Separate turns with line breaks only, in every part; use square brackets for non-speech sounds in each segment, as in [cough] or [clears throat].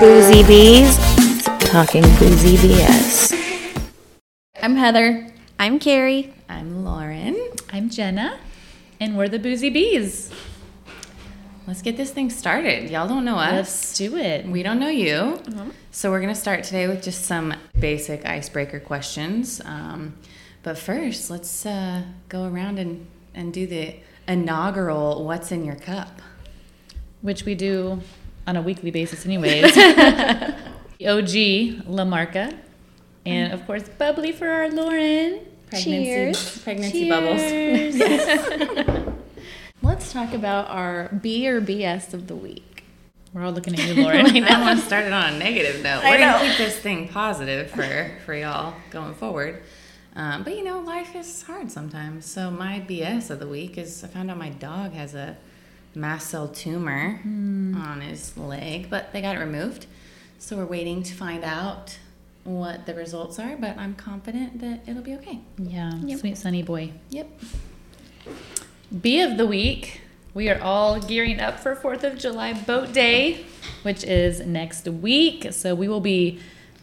Boozy Bees talking boozy BS.
I'm Heather.
I'm Carrie.
I'm Lauren.
I'm Jenna, and we're the Boozy Bees.
Let's get this thing started. Y'all don't know us.
Let's do it. Uh-huh.
We don't know you. So we're going to start today with just some basic icebreaker questions. Um, but first, let's uh, go around and, and do the inaugural What's in Your Cup?
Which we do on a weekly basis, anyways. The OG La Marca, and of course, bubbly for our Lauren.
Pregnancy,
Cheers.
Pregnancy bubbles.
Let's talk about our B or BS of the week.
We're all looking at you, Lauren.
I don't want to start it on a negative note. We're going to keep this thing positive for, for y'all going forward. Um, but you know, life is hard sometimes. So my BS of the week is I found out my dog has a mast cell tumor on his leg, but they got it removed. So we're waiting to find out what the results are, but I'm confident that it'll be okay.
yeah, sweet sunny boy.
Yep.
B of the week. We are all gearing up for 4th of July boat day, which is next week. So we will be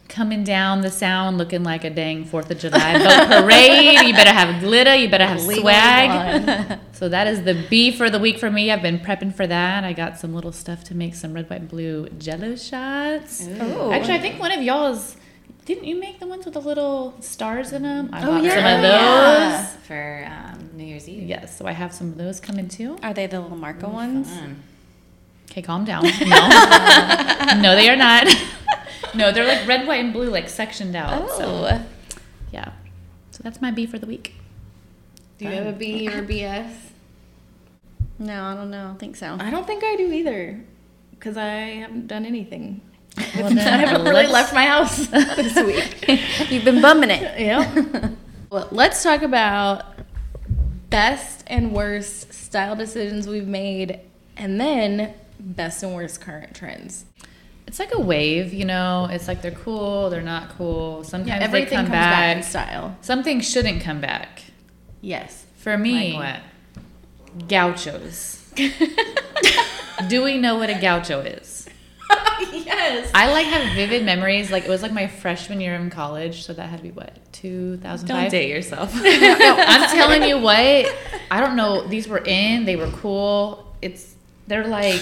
coming down the sound looking like a dang 4th of July
[laughs]
boat parade. You better have glitter, you better have swag. [laughs] so that is the B for the week for me. I've been prepping for that. I got some little stuff to make some red, white, and blue jello shots.
Ooh.
Actually, I think one of y'all's. Didn't you make the ones with the little stars in them? I bought
yeah.
some of
Oh,
those.
yeah.
For um, New Year's Eve.
Yes, so I have some of those coming too.
Are they the Lamarca ones?
Um,
Okay, calm down. No, no, [laughs] they are not.
[laughs]
No, they're like red, white, and blue, like sectioned out. So
Oh.
yeah, so that's my B for the week.
Do you have a B or BS? No, I don't know. I don't think so.
I don't think I do either, because I haven't done anything.
Well, then,
[laughs] I haven't really left my house [laughs] this week.
[laughs] You've been
[laughs]
bumming it.
yeah.
[laughs]
Well, let's talk about best and worst style decisions we've made, and then best and worst current trends.
It's like a wave, you know. It's like they're cool, they're not cool. Sometimes they
Everything
come
comes back.
back.
in style.
Something shouldn't come back.
[laughs]
Yes. [laughs]
For me,
like what?
gauchos. Do we know what a gaucho is?
[laughs] yes.
I like have vivid memories. Like it was like my freshman year in college, so that had to be what two thousand
Don't
five.
date
[laughs]
yourself.
I'm telling you what, I don't know. These were in, they were cool. It's they're like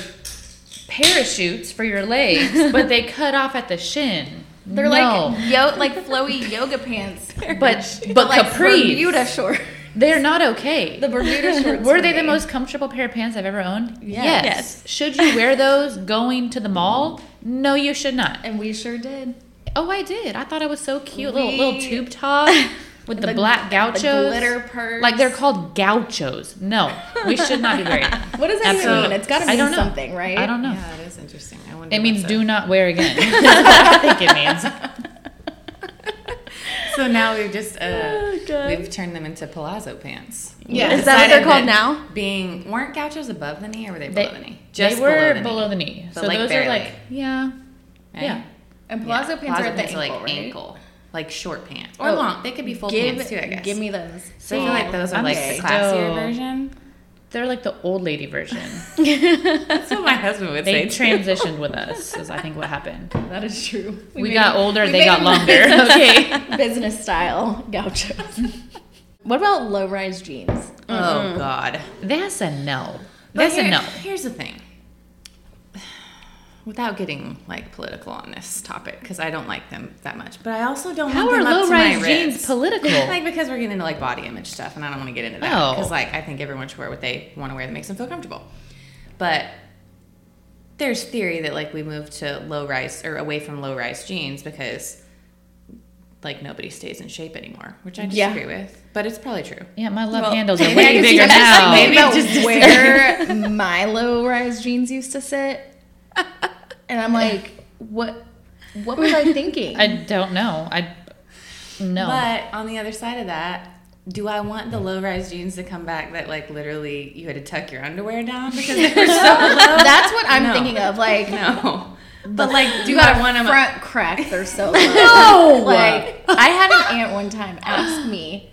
parachutes for your legs, but they cut off at the shin.
They're
No.
like yo, like flowy yoga pants,
[laughs] but
They're
but
like
capris.
Bermuda shorts.
They're not okay. [laughs]
The Bermuda shorts.
were
for
they the
me.
most comfortable pair of pants I've ever owned?
Yes. Yes.
Should you wear those going to the mall? No, you should not.
And we sure did.
Oh, I did. I thought I was so cute.
We-
little little tube top with the,
The-
black
the
gauchos,
glitter purse.
Like they're called gauchos. No, we should not be wearing. them.
What does that
Absolutely.
even mean? It's got to
I
mean
don't know.
something, right?
I don't know.
Yeah, it is interesting. I wonder
It
what's
means
up.
Oh. do not wear again. [laughs] That's what I think it means.
So now we've just uh, we've turned them into palazzo pants.
Yeah.
Is that what they're
Decided
called
that
now?
Being weren't gauchos above the knee or were they
They,
below the knee?
they were
the
below the knee.
But,
so
like,
those
barely.
are like yeah,
right?
yeah.
And
Yeah.
palazzo pants are at the ankle,
like
right?
ankle, like short pants or
Oh.
long. They could be full
Give,
pants too, I guess.
give me those.
so I feel like those are
I'm
like
okay. [laughs]
the classier
So-
version.
They're like the old lady version.
That's what my husband would say.
They
too.
[laughs] transitioned with us, is I think what happened.
That is true.
We, got older, they got longer.
longer.
okay.
business style
[laughs]
gauchos. what about low rise jeans?
Oh God,
That's a no.
But
That's a
here-
no.
Here's the thing. [sighs] Without getting like political on this topic, because I don't like them that much, but I also don't.
How
want
are
them up
low
to my
rise jeans
ribs.
political?
[laughs] like because we're getting into like body image stuff and i don't want to get into that
Oh.
because like i think everyone should wear what they want to wear that makes them feel comfortable but there's theory that like we moved to low rise or away from low rise jeans because like nobody stays in shape anymore which i
Yeah.
disagree with but it's probably true
yeah, my love
Well,
handles are
maybe
way
I
bigger
just-
now.
Maybe
Maybe I
about
just-
where my low rise jeans used to sit, and I'm like, what? What was I thinking?
I don't know. I no.
but on the other side of that do I want the low rise jeans to come back that like literally you had to tuck your underwear
[laughs]
down because they were so
That's what I'm
No.
thinking of. Like,
no. But like do
you
I
got
want
a
them
front crack.
[laughs]
They're so low. Like, I had an aunt one time ask me,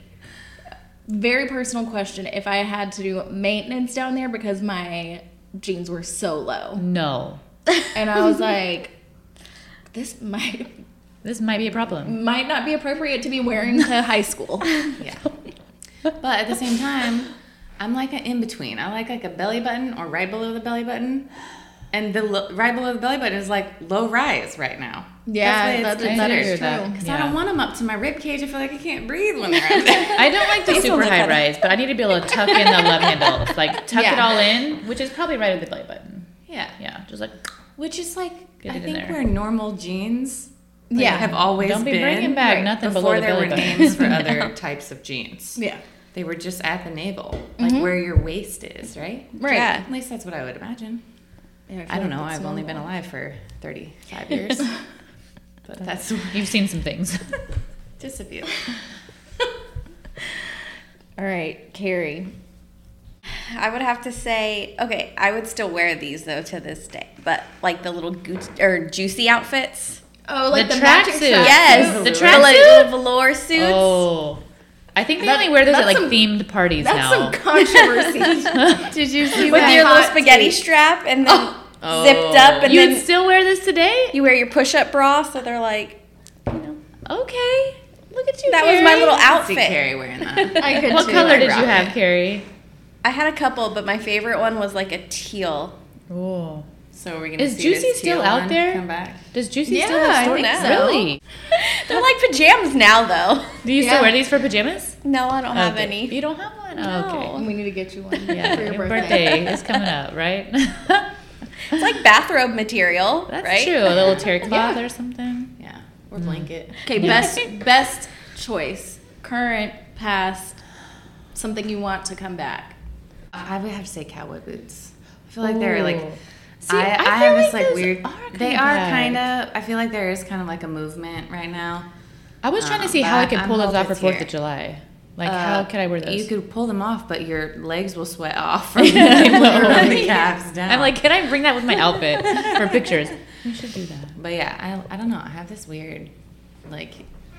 very personal question, if I had to do maintenance down there because my jeans were so low.
no.
And I was like, this might
This might be a problem.
might not be appropriate to be wearing to
[laughs]
high school.
Yeah. But at the same time, I'm like an in between. I like like a belly button or right below the belly button. And the lo- right below the belly button is like low rise right now.
Yeah,
That's
that-
what it's
that
is
considered.
true.
Because I
Yeah.
don't want them up to my rib cage. I feel like I can't breathe when they're up there.
I don't like the super high rise, but I need to be able to tuck in the love handle, like tuck it
Yeah.
all in, which is probably right at the belly button.
yeah.
[laughs] Yeah, just like
Which is like,
Get
I
it in
think
there.
where normal jeans like,
Yeah.
have always
Don't be
been.
bringing back nothing below
before
the
there
belly
were
button. [laughs]
names for other types of jeans.
yeah.
They were just at the navel, like
Mm-hmm.
where your waist is, right?
Right. Yeah.
At least that's what I would imagine. I don't know. I've only been alive for
[laughs]
35 years. but that's
you've seen some things.
[laughs] just a few.
[laughs]
All right, Carrie.
I would have to say, okay, I would still wear these though to this day, but like the little Gucci or juicy outfits.
Oh, like
The
the, magic
tracksuit.
tracksuit.
The
Yes, like,
tracksuit?
little velour suits.
oh, I think they only wear those at like
that's some-
themed parties
That's
now. [laughs]
some
[laughs]
controversy. Did you see
With
that
your little
hot
spaghetti
take?
strap and then
Oh.
zipped up, and
Oh. you would
then
still wear this today?
you wear your push-up bra, so they're like,
Okay, look at you.
that was my
Carrie.
little
See
outfit.
Carrie wearing
[laughs]
that.
I could
What
too.
color
I
did you
rock it.
have, Carrie?
I had a couple, but my favorite one was like a
[laughs]
teal.
Oh,
So are we gonna
Is
see
Juicy
this
still
teal
out
one
there?
Come back.
does Juicy still
Yeah,
have
I
stories?
think so.
Really?
They're like pajamas now, though. [laughs]
Do you still
Yeah.
wear these for pajamas?
No, I don't have
Okay.
any.
You don't have one. Okay.
We need to get you one
Yeah,
for your
your
birthday.
birthday is coming up, right? [laughs]
It's like bathrobe material,
That's
right?
true. A little terry cloth or something.
Yeah. Or blanket.
Mm. Okay,
[laughs]
best best choice. Current, past, something you want to come back.
I would have to say cowboy boots. I feel like they're like.
Ooh.
I, I,
I feel
have this
like
like
those
weird.
are
they
kinda
are
back.
kind of. I feel like there is kind of like a movement right now.
I was trying to
Um,
see how I
but
could
I'm
pull those off
hoping
for
it's
Fourth
here.
of July. Like,
Uh,
how could I wear those?
You could pull them off, but your legs will sweat
[laughs]
off from, from the calves down.
I'm like, can I bring that with my outfit [laughs] for
[laughs]
pictures? We should do that.
But yeah, I, I don't know. I have this weird, like,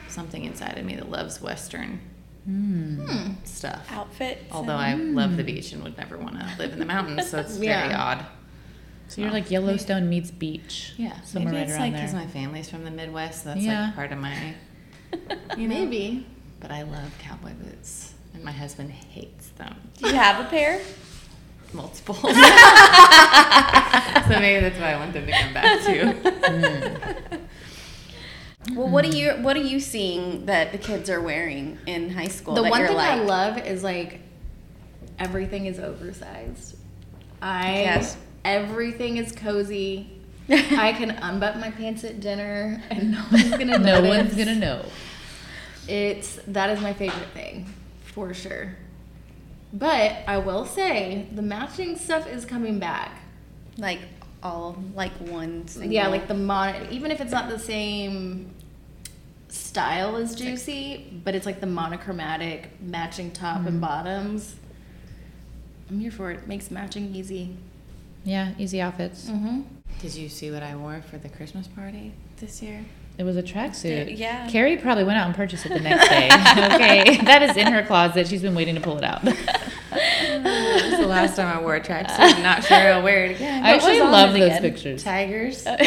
something inside of me that loves Western
Hmm.
hmm, stuff.
Outfit.
Although I love the beach and would never want to live in the mountains, so it's very
Yeah.
odd.
So you're like Yellowstone meets beach.
Yeah,
somewhere
maybe
right
it's
around
like because
there.
my family's from the Midwest, so that's
Yeah.
like part of
[laughs]
my. You know?
Maybe.
But I love cowboy boots, and my husband hates them.
Do you have
[laughs]
a pair?
Multiple. [laughs] so maybe that's why I want them to come back too.
[laughs] Well, what are you what are you seeing that the kids are wearing in high school?
the
that
one
you're
thing
like,
I love is like everything is oversized. I
Yes.
everything is
[laughs]
cozy. I can unbutton my pants at dinner and no one's
[laughs]
No
gonna notice.
[laughs] one's gonna know.
It's that is my favorite thing, for sure. But I will say the matching stuff is coming back.
like all like one single.
Yeah, like the mon. Even if it's not the same style as Juicy, but it's like the monochromatic matching top and bottoms. I'm here for it. Makes matching easy.
Yeah, easy outfits.
[laughs] Mm-hmm.
Did you see what I wore for the Christmas
[laughs]
party this year?
It was a tracksuit.
Yeah.
Carrie probably went out and purchased it the next day. [laughs] okay, that is in her closet. She's been waiting to pull it out.
It was the last time I wore a tracksuit. I'm not sure I'll wear it again.
[laughs] I actually
was on
love
it
those [laughs]
again?
pictures.
Tigers. and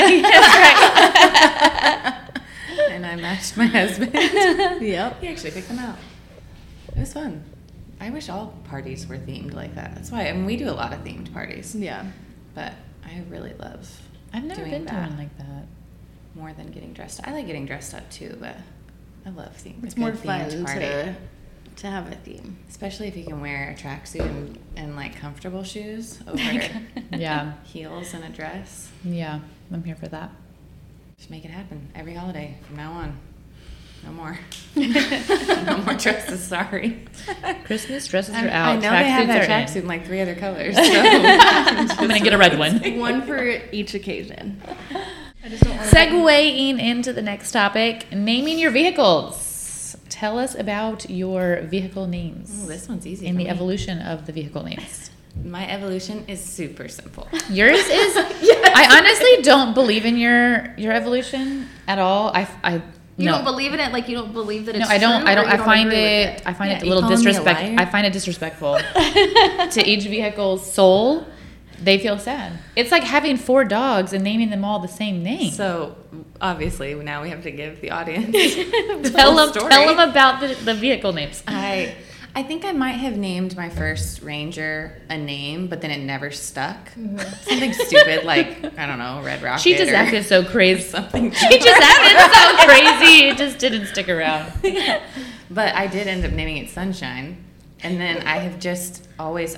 I matched my
[laughs]
husband.
Yep.
He actually picked them out. It was fun. I wish all parties were themed like that. That's why, I mean, we do a lot of themed parties,
Yeah.
but I really love
I've never
doing
been to
that.
one like that.
more than getting dressed up. I like getting dressed up too, but I love themed.
It's more
[laughs]
fun to to have a [laughs] theme.
Especially if you can wear a tracksuit and, and like comfortable shoes
Oh
over
[laughs]
Yeah,
heels and a dress.
yeah, I'm here for that.
Just make it happen every holiday from now on. No more. [laughs] no more dresses, sorry.
Christmas dresses
I'm-
are out.
I know they have that
Tracksuits
tracksuit
are in.
in like three other
[laughs]
[laughs]
colors. So.
I'm gonna get a red one.
[laughs]
One for each occasion.
Segueing into the next topic, naming your vehicles. Tell us about your vehicle names
Ooh, this one's easy.
and
for
the
me.
evolution of the vehicle names.
My evolution is super simple.
[laughs] Yours [laughs] is. I honestly don't believe in your your evolution at all. I I
You
no.
don't believe in it, like you don't believe that it's
no, I don't.
true,
I
or
don't.
you
I find
agree with
it, I find
Yeah,
it a
you
little
calling me a [laughs]
disrespect.
liar?
I find it disrespectful to each vehicle's soul They feel sad. It's like having four dogs and naming them all the same name.
So obviously now we have to give the audience the
[laughs] tell,
whole
them,
story.
tell them about the, the vehicle names.
I I think I might have named my first ranger a name, but then it never stuck. Something stupid like I don't know, Red Rocket.
Mm-hmm. She just
or
acted
[laughs]
so crazy.
something.
[laughs] She just acted
[laughs]
so crazy. It just didn't stick around.
But I did end up naming it Sunshine, and then I have just always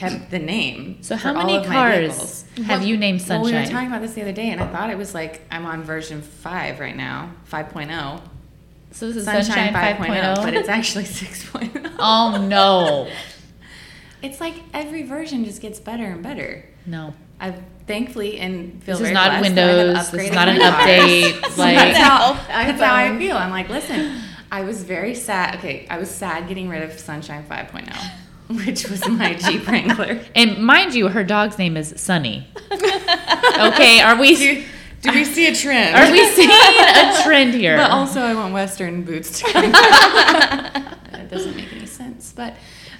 kept the name.
So
for
how
all
many
of my
cars
vehicles.
have you named
Well, we were
Sunshine?
talking about this the other day, and I thought it was like I'm on version five right now, 5.0.
so this is
Sunshine,
Sunshine, oh?
5.0,
5.0.
but it's actually [laughs] 6.0.
oh no,
[laughs] It's like every version just gets better and better.
no.
I've thankfully and feel
This is
very
not
blessed that I have
Windows. This is
upgraded
not
my
an
car.
update.
that's
like
how, [laughs] that's how
[laughs]
I feel. I'm like, listen, I was very sad. Okay, I was sad getting rid of Sunshine 5.0, [laughs] which was my Jeep Wrangler.
And mind you, her dog's name is Sunny. Okay, are we
Do we see a trend?
are we seeing a trend here?
But also, I want Western boots to come. that doesn't make any sense. But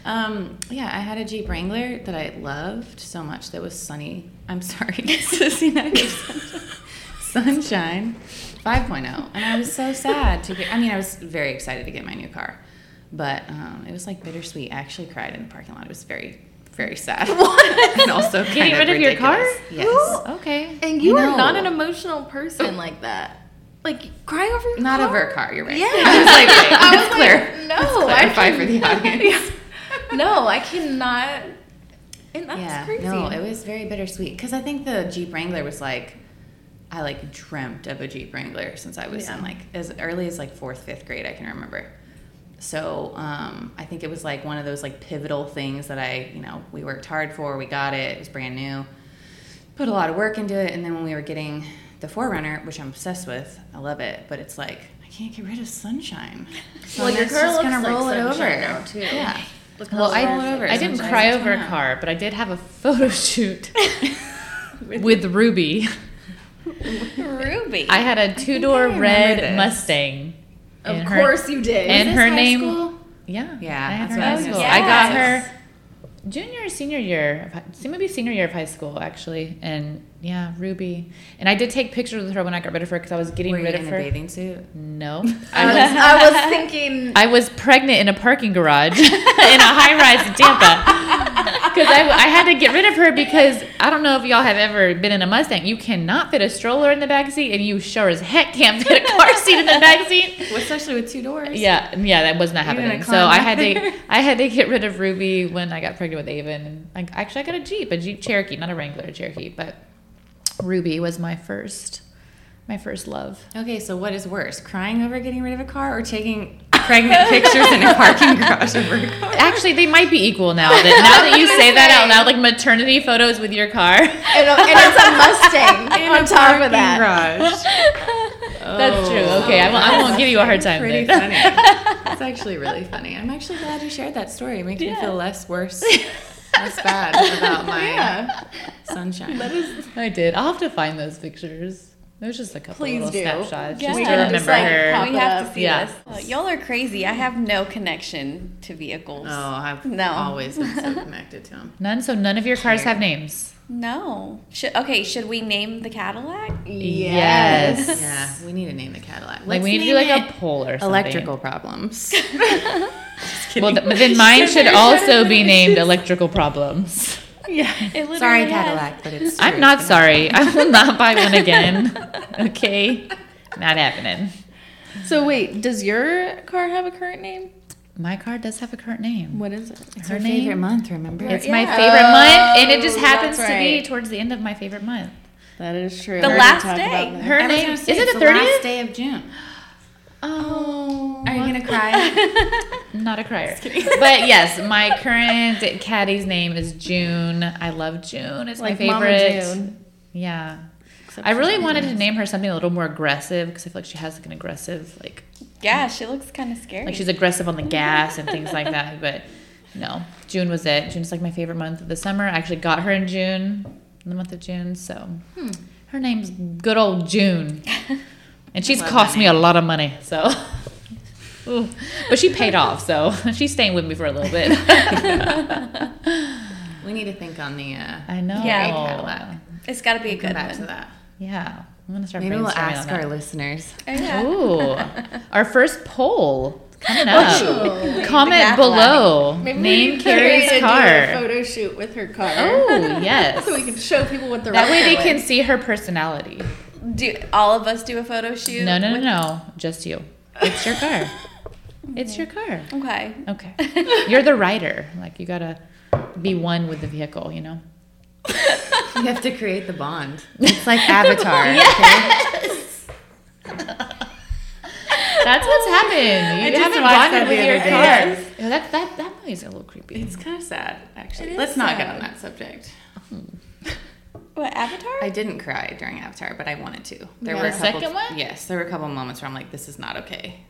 um, yeah, I had a Jeep Wrangler that I loved so much that was sunny. I'm sorry, [laughs] Sissy Sunshine. Sunshine 5.0. And I was so sad to get, I mean, I was very excited to get my new car. But um, it was like bittersweet. I actually cried in the parking lot. It was very, very sad.
[laughs]
[laughs]
and also kind
Getting rid of your car?
ridiculous. Yes.
okay.
And you
I
are not
know.
an emotional person like that. Like cry over your
Not
car?
a Vert car, you're right.
[laughs]
Yeah.
[laughs] I was like, wait,
I
that's
was
clear.
like, [laughs] no, I
clarify for the audience.
can- [laughs] no, I cannot. And that's
yeah,
crazy.
no, it was very bittersweet because I think the Jeep Wrangler was like, I like dreamt of a Jeep Wrangler since I was in
Yeah.
like as early as like fourth, fifth grade. I can remember. So um, I think it was like one of those like pivotal things that I, you know, we worked hard for. We got it. It was brand new. Put a lot of work into it, and then when we were getting the Forerunner, which I'm obsessed with, I love it, but it's like I can't get rid of Sunshine. So
well,
I'm
your
just
car looks
gonna
like sunshine now too.
Yeah.
Look
Well,
how
I-
soft
roll it over.
I didn't
Sunshine.
cry
What's
over
going
a
on?
car, but I did have a
[laughs]
photo shoot with Ruby.
Ruby.
I had a two door
remember
red
this.
Mustang.
Of
and her-
course you did.
and
Is
her
high
name.
school?
Yeah.
Yeah,
I had
that's
her
what I
high
was
school.
gonna
I
say.
got
Yes.
her junior or senior year, of hi- maybe senior year of high school actually, and yeah, Ruby. And I did take pictures with her when I got rid of her because I was getting
Were you
rid of
in a
her.
bathing suit? [laughs]
No,
[laughs] I was, I was
[laughs]
thinking.
I was pregnant in a parking garage [laughs] in a high rise
[laughs]
in Tampa because I, I had to get rid of her because I don't know if y'all have ever been in a Mustang. You cannot fit a stroller in the back seat, and you sure as heck can't fit a car seat in the back seat.
especially with two doors.
Yeah, yeah, that was not
You're
happening.
gonna
So
climb
I
up
had
there.
to, I had to get rid of Ruby when I got pregnant with Avon. And like, actually, I got a Jeep, a Jeep Cherokee, not a Wrangler, a Cherokee. But Ruby was my first, my first love.
Okay, so what is worse, crying over getting rid of a car or taking [coughs] pregnant pictures in a parking garage over a car?
Actually, they might be equal now. That now that you say that out loud, like maternity photos with your car.
And, and
[laughs]
it's a Mustang on top of that.
Garage. Oh,
That's true. Oh. Okay, I won't, I won't give you a hard time.
Pretty
then.
funny. It's actually really funny. I'm actually glad you shared that story. It makes me feel less worse, less bad about my
Yeah.
sunshine.
[laughs] I did. I'll have to find those pictures. There's just a couple
Please
little
do.
snapshots
Yeah.
just
We
to
gotta
remember
just, like,
her.
pop
we have
up.
to see
Yeah.
this. Uh, y'all are crazy. I have no connection to vehicles.
oh, I've
No.
always been so connected to him.
None. So none of your cars have names.
No. Should, okay, should we name the Cadillac?
Yes.
Yeah, we need to name the Cadillac.
Like
Let's
we need to do
name
like a [laughs]
it
poll or something.
electrical problems.
Well, th- but then mine should also be named electrical problems.
[laughs] Sorry, Cadillac, but it's
I'm
true.
not sorry. I will not buy one again. [laughs] Okay, not happening.
So wait, does your car have a current name?
My car does have a current name.
What is it?
It's
Her
her
name?
favorite month. Remember?
It's my
Yeah.
favorite month, and it just
Oh,
happens
that's
to be
right.
towards the end of my favorite month.
That is true.
The
We already
last
talked
day.
about that.
Her
I was
name
gonna
is
say,
it
it's
the
last
thirtieth?
day of June.
Oh,
Are you gonna cry?
not a crier. [laughs] But yes, my current caddy's name is June. I love June. It's my
Like Mama
favorite.
June.
Yeah. I really wanted to name her something a little more aggressive because I feel like she has like an aggressive, like
Yeah, she looks kind of scary.
like she's aggressive on the gas and things like that. But no, June was it. June's like my favorite month of the summer. I actually got her in June, in the month of June. So
Hmm.
her name's good old
[laughs]
June, and she's cost me a lot of money. So, [laughs] Ooh. [laughs]
[laughs]
but she paid off. So she's staying with me for a little bit.
We need to think on the uh,
I know.
Yeah.
gray Cadillac.
It's got to be a
Come
good
back to
one.
that.
Yeah. I'm gonna start
Maybe we'll
brainstorming
ask
on
our
that.
listeners.
Oh, yeah.
Ooh, our first poll coming up.
Ooh.
Comment
Cadillac.
below.
Maybe we
Name
need Carrie to
Carrie's
do a
car.
photo shoot with her car.
Oh yes.
[laughs] So we can show people what the
That
right
way they
car
can
was.
see her personality.
Do all of us do a photo shoot?
No, no, no,
with-
no. Just you. It's your car. It's your car.
Okay.
Okay. You're the rider. Like you gotta be one with the vehicle, you know?
You have to create the bond. It's like Avatar. okay?
That's what's happened. You
just
haven't
watched
bonded
that
with
the
your
other day.
car. Yeah, That, that, that movie's a little creepy.
It's kind of sad, actually. Let's not get on that subject.
What Avatar?
I didn't cry during Avatar, but I wanted to. There
Yeah.
were a
The
couple,
second one?
Yes, there were a couple moments where I'm like, this is not okay.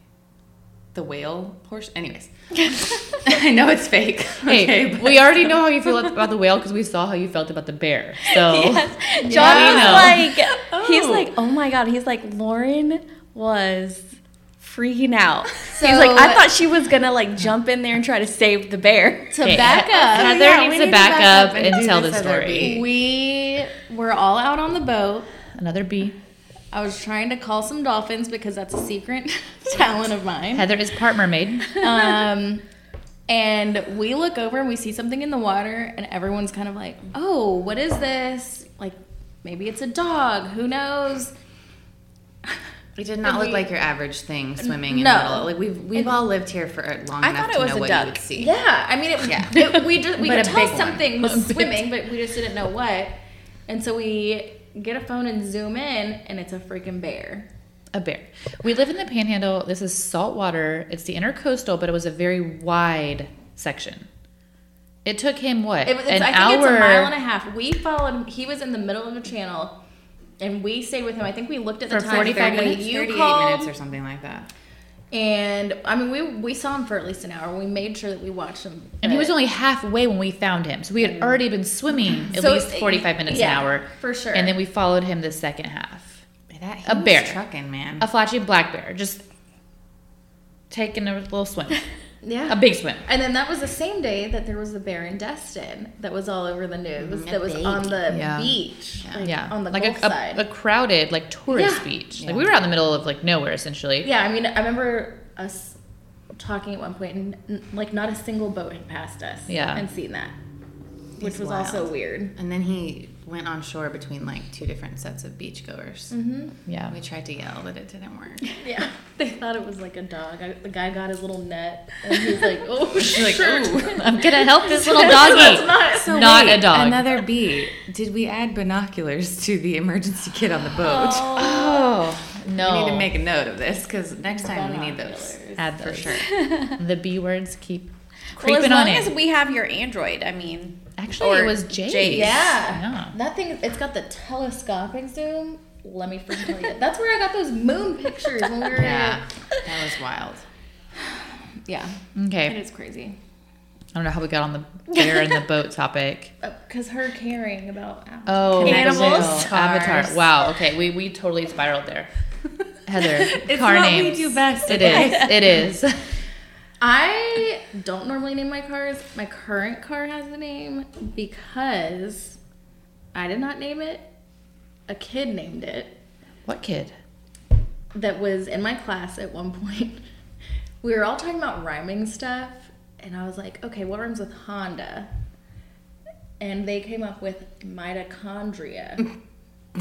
The whale portion. Anyways, [laughs] I know it's fake.
Hey,
okay, but
we already know how you feel about the whale because we saw how you felt about the bear. So
John
Yeah.
was like, he's
Oh.
like, oh my god, he's like, Lauren was freaking out. he's like, I
So-
thought she was gonna like jump in there and try to save the bear.
to back up.
Heather
Yeah, we
needs
need
to back, up
and
and,
do
tell the
this other
story.
beat.
We were all out on the boat.
Another B.
I was trying to call some dolphins because that's a secret [laughs] talent of mine.
Heather is part mermaid.
Um, and we look over and we see something in the water, and everyone's kind of like, oh, what is this? Like, maybe it's a dog. Who knows?
[laughs] it did not
Did
look
we-
like your average thing swimming in
No.
the middle. Like we've we've all lived here for uh, long
I
enough
thought
to
it was
know
a
what
duck.
you would see.
Yeah, I mean, it, it- we just
[laughs]
we
But
could
a big
tell
one. [laughs]
something
A
was
big-
swimming, but we just didn't know what. And so we get a phone and zoom in, and it's a freaking bear.
A bear. We live in the panhandle. This is salt water. It's the intercoastal, but it was a very wide section. It took him what?
It, was- it's,
an
I think
hour.
it's a mile and a half. We followed. him. He was in the middle of the channel, and we stayed with him. I think we looked at the
For
time
45
when
minutes,
you
38
called,
minutes or something like that.
and I mean, we we saw him for at least an hour. We made sure that we watched him,
and he
but-
was only halfway when we found him. So we had already been swimming at
Mm. So
least
it-
45 minutes
yeah,
an hour.
for sure.
And then we followed him the second half.
That, he
A
was
bear.
trucking man.
A flashy black bear, just taking a little
[laughs]
swim,
yeah
a big swim.
And then that was the same day that there was the bear in Destin that was all over the news. That was on the
Yeah.
beach, like,
yeah.
on the
like
Gulf
a, a-
side.
a crowded, like tourist
Yeah.
beach.
Yeah.
Like we were out in the middle of like nowhere essentially.
yeah, I mean, I remember us talking at one point, and n- like not a single boat had passed us.
Yeah.
and seen that, which
It's
was
wild.
also weird.
And then he went on shore between like two different sets of beachgoers.
Yeah.
We tried to yell, but it didn't work.
Yeah, [laughs] they thought it was like a dog. I, the guy got his little net, and he's [laughs] like, "Oh shit,
like, ooh.
[laughs] I'm gonna help this little
[laughs]
doggy.
not."
[laughs] So
Not
wait,
a dog.
Another B. Did we add binoculars to the emergency kit on the boat?
Oh no!
[laughs] We need to make a note of this because next time we need those.
Add
For
those.
sure. [laughs]
the b words keep
Well,
creeping
as long
on
as
in.
we have your Android, I mean,
Actually,
or
it was Jay's.
Jay's.
Yeah.
Yeah.
that thing. It's got the telescopic zoom. Let me freaking tell you, that's where I got those moon pictures when we were.
Yeah, that was wild.
yeah, it
Okay.
is crazy.
I don't know how we got on the bear and the boat topic.
Because Oh, her caring about Apple.
Oh,
Animals.
Avatar.
Cars.
Wow. Okay. We we totally spiraled there. Heather,
It's
car
what we
names.
do best,
It is. It is.
I don't normally name my cars. My current car has a name because I did not name it. A kid named it
what kid?
that was in my class at one [laughs] point. We were all talking about rhyming stuff, and I was like, okay, what rhymes with Honda? And they came up with mitochondria.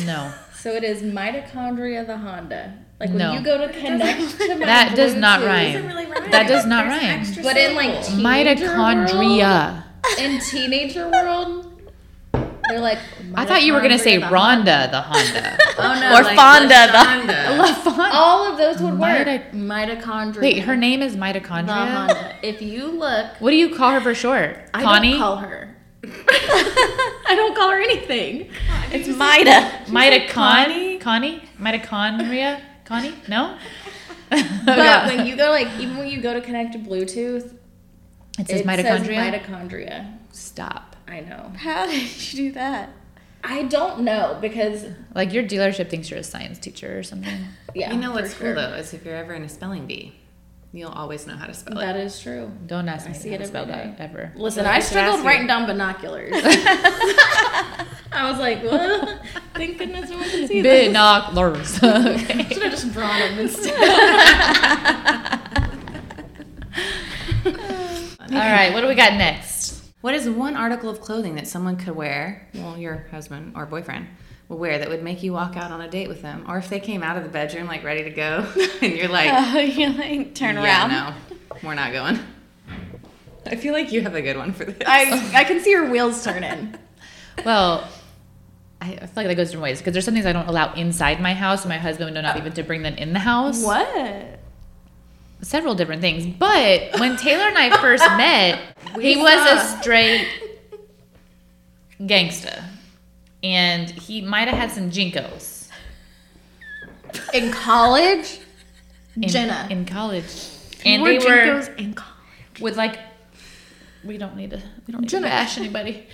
No.
So it is mitochondria the Honda. Like when
No.
you go to connect to my
That does not
Bluetooth-
rhyme. That does not rhyme.
But in like teenager world-
Mitochondria.
in teenager world, they're like.
I thought you were gonna say
mitochondria, the
Rhonda the Honda.
Honda. Oh no!
or
like,
Fonda. The,
Honda.
La Fonda.
all of those would work.
Mito-
Mitochondria.
Wait, her name is
the
mitochondria.
Honda. If you look,
What do you call her for short?
I
Connie.
don't call her.
[laughs]
I don't call her anything.
it's Mida.
Mitochon. Connie. Mitochondria. Connie. No. [laughs]
But
Yeah.
when you go, like, even when you go to connect to Bluetooth,
it
it
says mitochondria.
says mitochondria.
Stop.
I know.
How did you do that?
I don't know because
Like your dealership thinks you're a science teacher or something.
yeah.
You know what's
for
cool
sure.
though is if you're ever in a spelling bee, You'll always know how to spell
That
it.
is true.
Don't ask me
see
how
it
to spell
every
that [laughs] ever.
Listen, I struggled writing down [laughs] binoculars. I was like, what? [laughs] Thank goodness no one can
[laughs]
see this.
Binoculars. okay.
Should have just drawn them instead.
All right, what do we got next?
What is one article of clothing that someone could wear, well, your husband or boyfriend will wear that would make you walk out on a date with them? Or if they came out of the bedroom like ready to go [laughs] and you're like,
[laughs] Oh, you like turn
yeah,
around.
no, we're not going. I feel like you have a good one for this.
I, I can see your wheels turning.
Well, I I feel like that goes different ways because there's some things I don't allow inside my house. My husband would not even to bring them in the house.
What?
Several different things. But when Taylor and I
[laughs]
first met, he was a straight gangsta, and he might have had some jinkos.
In college?
in,
Jenna.
in college, and they were with like we don't need to we don't need to bash anybody,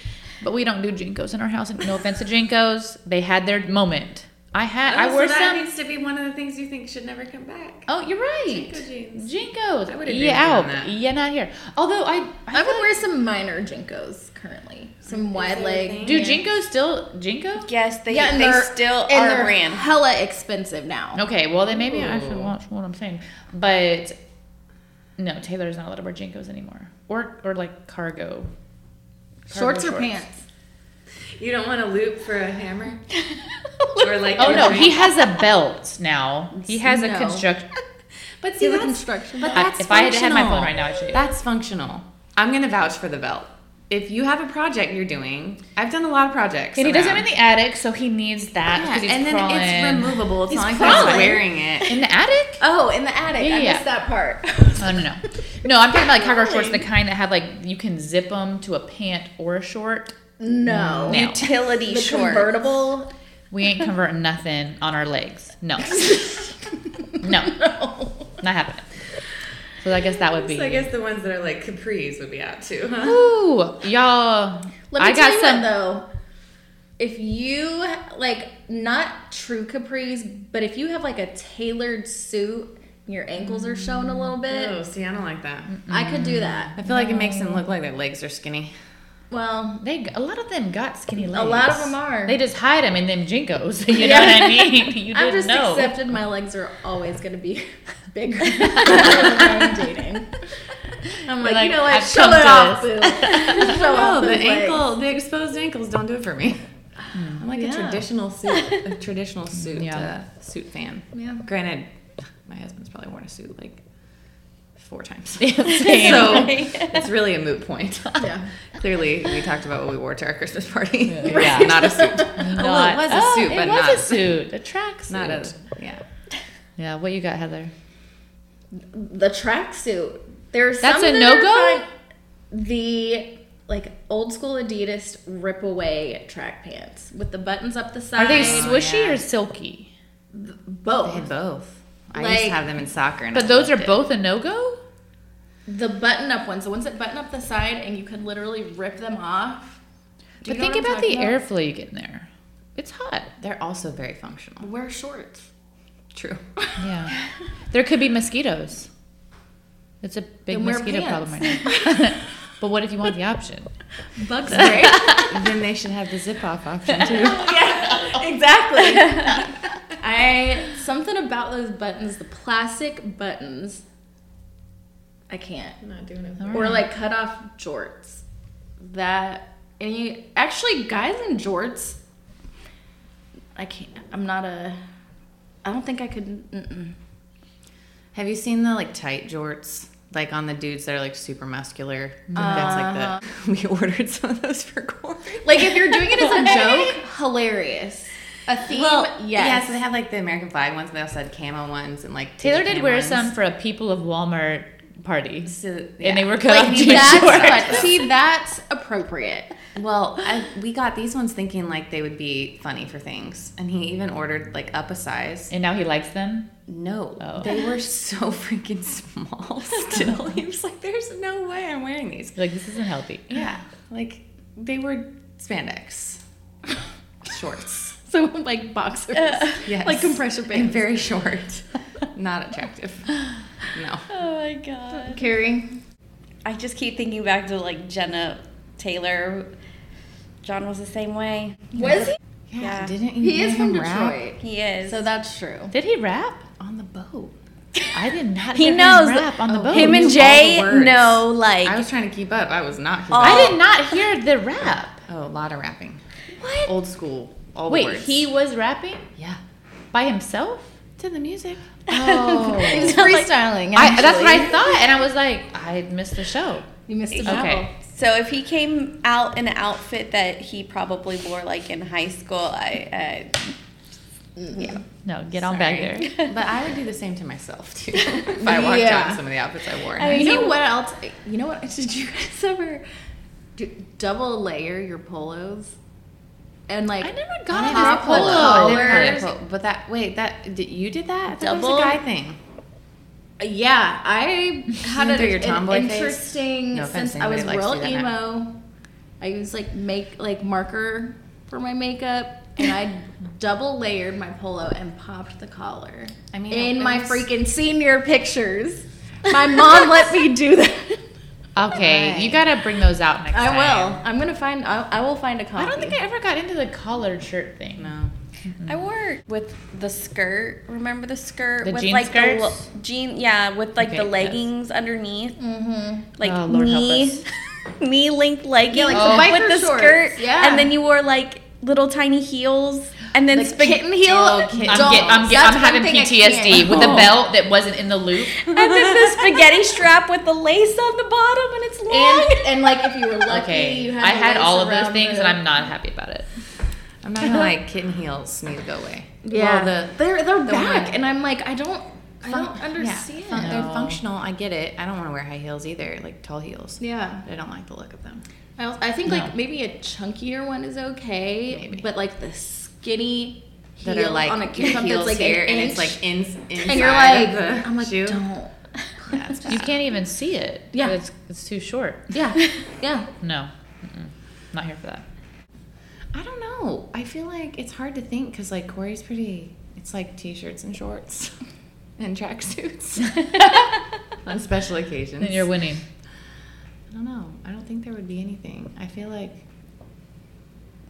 but we don't do jinkos in our house. And no offense to jinkos, they had their moment. I had
Oh,
I wore some.
needs to be one of the things you think should never come back.
oh, you're right.
Jinko jeans.
Jinkos.
I would agree
yeah,
with you on
out.
that.
Yeah, not here. Although I, I,
I would wear some minor jinkos currently. Some wide leg.
do jinkos still jinko.
Yes, they
Yeah, and
they
they're-
still
and
are
they're
a brand. [laughs]
hella expensive now.
Okay, well then maybe I should watch what I'm saying. But no, Taylor's not allowed to wear jinkos anymore, or or like cargo.
Shorts or
Cargo
pants?
You don't want to loop for a [laughs] hammer? or like
Oh
a
no,
ring?
he has a belt now. He has a
No.
construct.
But
See
see,
the
that's-
construction.
But
I-
that's
if I had had my phone
functional.
right now, I'd show
[laughs]
you.
That's functional. I'm gonna vouch for the belt. If you have a project you're doing, I've done a lot of projects.
And he does them
around.
in the attic, so he needs that
Yeah,
because he's
and then
crawling.
it's removable. It's
He's
not like he's
crawling.
wearing it.
in the attic?
Oh, in the attic.
Yeah,
I
yeah.
missed that part. [laughs]
Oh no, no, no. I'm talking about like cargo shorts, the kind that have like you can zip them to a pant or a short.
No.
No.
Utility
The
shorts.
convertible.
We ain't converting nothing on our legs. No, no, not happening. So I guess that would be.
[laughs] So I guess the ones that are like capris would be out too, [laughs] huh?
Ooh, y'all.
Let me
I got
tell you
some.
what, though. If you like not true capris, but if you have like a tailored suit, your ankles are showing a little bit.
Oh, see, I don't like that.
I could do that.
I feel like it makes them look like their legs are skinny.
Well,
They a lot of them got skinny legs.
a lot of them are.
They just hide them in them jinkos. [laughs] You know what I mean? You
I've
didn't
just
know.
accepted my legs are always going to be [laughs] bigger than I'm dating. I'm like,
like,
you know what?
I've
Show
come
it
to
off, boo. [laughs]
this.
Show
Oh,
off
the
those legs.
ankle, the exposed ankles don't do it for me. I'm like
Yeah.
a traditional suit, a traditional suit,
Yeah.
uh, suit fan.
Yeah.
Granted, my husband's probably worn a suit like four times. [laughs]
Same.
So it's really a moot point.
Yeah.
[laughs] Clearly, we talked about what we wore to our Christmas party. [laughs]
Yeah.
not a suit. well, it was a
oh,
suit,
it
but
was
not
a suit. A track suit.
Not a yeah.
Yeah, what you got, Heather?
The tracksuit. There's
That's
some
a
that
no-go?
are fine. The like old school Adidas rip away track pants with the buttons up the side.
Are they swishy or silky?
I
both?
had both. I used to
Like-
have them in soccer. And I
But those are
loved it.
both a no go?
The button up ones, the ones that button up the side, and you could literally rip them off. Do
But
you know
think
what I'm
about the
talking
airflow you get in there. It's hot.
They're also very functional.
Wear shorts.
True.
Yeah. [laughs] there could be mosquitoes. It's a big
Then wear
mosquito problem right
pants.
now. [laughs] but what if you want the option? [laughs]
Bug spray.
then they should have the zip off option too.
yeah, exactly. I something about those buttons, the plastic buttons. I can't.
not doing it.
Or like cut off jorts. That and you actually guys in jorts. I can't. I'm not a. I don't think I could. Mm-mm.
Have you seen the like tight jorts? Like on the dudes that are like super muscular. That's like the [laughs] we ordered some of those for Corey.
Like if you're doing it as a [laughs] joke, hilarious. A theme,
yeah. So they
yes.
had like the American flag ones. But they also had camo ones and like
Taylor
tiki
did
cam
wear
ones.
some for a People of Walmart party.
So,
And they
yeah.
were cut off
[laughs]
jean
that's
shorts.
what, see, that's appropriate.
Well, I, we got these ones thinking like they would be funny for things, and he even ordered like up a size.
[laughs] And now he likes them.
No,
Oh.
they were so [laughs] freaking small. Still, [laughs] he was like, "There's no way I'm wearing these."
He's like, this isn't healthy.
Yeah, like they were spandex shorts.
[laughs] So like boxers,
Oh
Yes,
like compression
and [laughs]
pants.
very short. Not attractive. No.
Oh my god.
[laughs] Carrie.
I just keep thinking back to like Jenna Taylor. John was the same way.
Was he?
Yeah,
Yeah.
didn't you
He
hear
is from
him rap
Detroit.
He is.
So that's true.
Did he rap?
on the boat?
I did not.
he
hear him
knows
rap on the boat.
Him
All
and
the
Jay
words.
know like
I was trying to keep up. I was not. keeping
I
up.
did not hear the rap.
Oh, a lot of rapping.
what?
Old school. All
Wait,
the words.
he was rapping
Yeah.
by himself.
To the music.
[laughs] He
Oh, [laughs]
was freestyling.
I, that's what I
actually.
thought, and I was like, I missed the show.
You missed the show.
Okay.
So if he came out in an outfit that he probably wore like in high school, I, I
No, get on back
Sorry.
there.
But I would do the same to myself too [laughs] if I walked out
Yeah.
in some of the outfits I wore. in
I mean,
high
you know
school.
what else? You know what? [laughs] Did you guys ever do, double layer your polos? And like,
I never got
on
a
top
polo.
of
Oh, I never had
collars.
a polo. But that wait, that did, you did that? I thought That
Double?
was a guy thing.
Yeah, [laughs] I had
went
an,
through your
an
tomboy phase?
interesting
No offense
since
to
I was
anybody who
real
likes to do
emo.
that now.
I used like make like marker for my makeup, and [laughs] I double layered my polo and popped the collar.
I mean,
in
it
my
was-
freaking senior [laughs] pictures, my mom let me do that.
[laughs] Okay, you gotta bring those out next
I
time.
will. I'm gonna find. I, I will find a copy.
I don't think I ever got into the collared shirt thing.
No.
I wore with the skirt. Remember the skirt
The
with
jean
like
skirts?
the lo- jean, yeah, with like
Okay,
the
yes.
leggings underneath, mm-hmm. like
Oh, Lord help
knee,
us.
[laughs]
Oh.
knee length leggings
like some biker
with the
shorts,
skirt,
yeah.
and then you wore like little tiny heels, and then
Like [laughs]
spag-
kitten heel.
Oh, kitten-
I'm,
dolls.
get, I'm, get, I'm
That's one
having
thing I
PTSD
can't.
with the belt that wasn't in the
[laughs]
loop.
and then the spaghetti strap with the lace on the bottom, and it's long.
And, and like if you were lucky,
Okay,
you had
I
the
had
lace
all of those
around
things,
the-
and I'm not happy about it.
I'm not [laughs] gonna lie, kitten heels need to go away.
Yeah,
Well, the
they're they're back,
one-
and I'm like, I don't, I
fun-
don't
yeah,
understand.
fun-
Yeah,
They're
No.
functional. I get it. I don't want to wear high heels either, like tall heels. But I don't like the look of them.
I, als- I think
No.
like maybe a chunkier one is okay,
Maybe.
but like the skinny heel
That are like
on a
your
kid
heels
that's like
here,
an
and
inch,
it's like in, inside.
and you're like,
of the
I'm like,
shoe.
don't.
Yeah, it's
You
bad.
can't even see it.
Yeah.
it's, it's too short.
[laughs] Yeah, yeah.
No, Mm-mm. not here for that.
I don't know. I feel like it's hard to think because like Corey's pretty. It's like t-shirts and shorts [laughs] and tracksuits [laughs] on special occasions.
Then you're winning.
I don't know. I don't think there would be anything. I feel like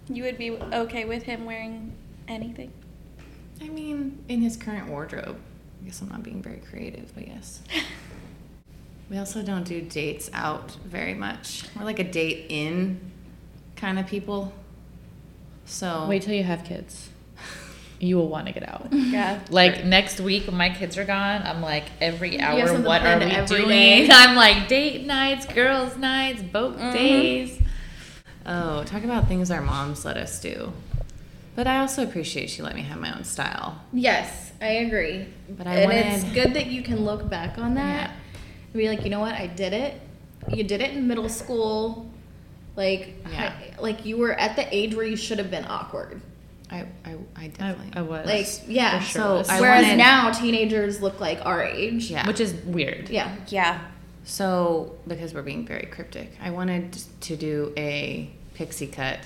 you would be okay with him wearing anything. [laughs]
I mean, in his current wardrobe, I guess I'm not being very creative, but yes. we also don't do dates out very much. We're like a date in kind of people. So
Wait till you have kids. You will want to get out.
Yeah.
Like next week when my kids are gone, I'm like every hour,
something
what are
planned
we
every
doing?
day.
[laughs] I'm like date nights, girls' nights, boat days.
Oh, talk about things our moms let us do. But I also appreciate she let me have my own style.
Yes, I agree.
But I
and
wanted-
it's good that you can look back on that and be like, you know what, I did it. You did it in middle school. Like,
Yeah.
hi- like you were at the age where you should have been awkward.
I I, I
I,
definitely
I was
Like, yeah.
for sure
So
was.
I
Whereas
wanted-
now teenagers look like our age.
yeah.
which is weird.
Yeah.
Yeah.
So, because we're being very cryptic, I wanted to do a pixie cut.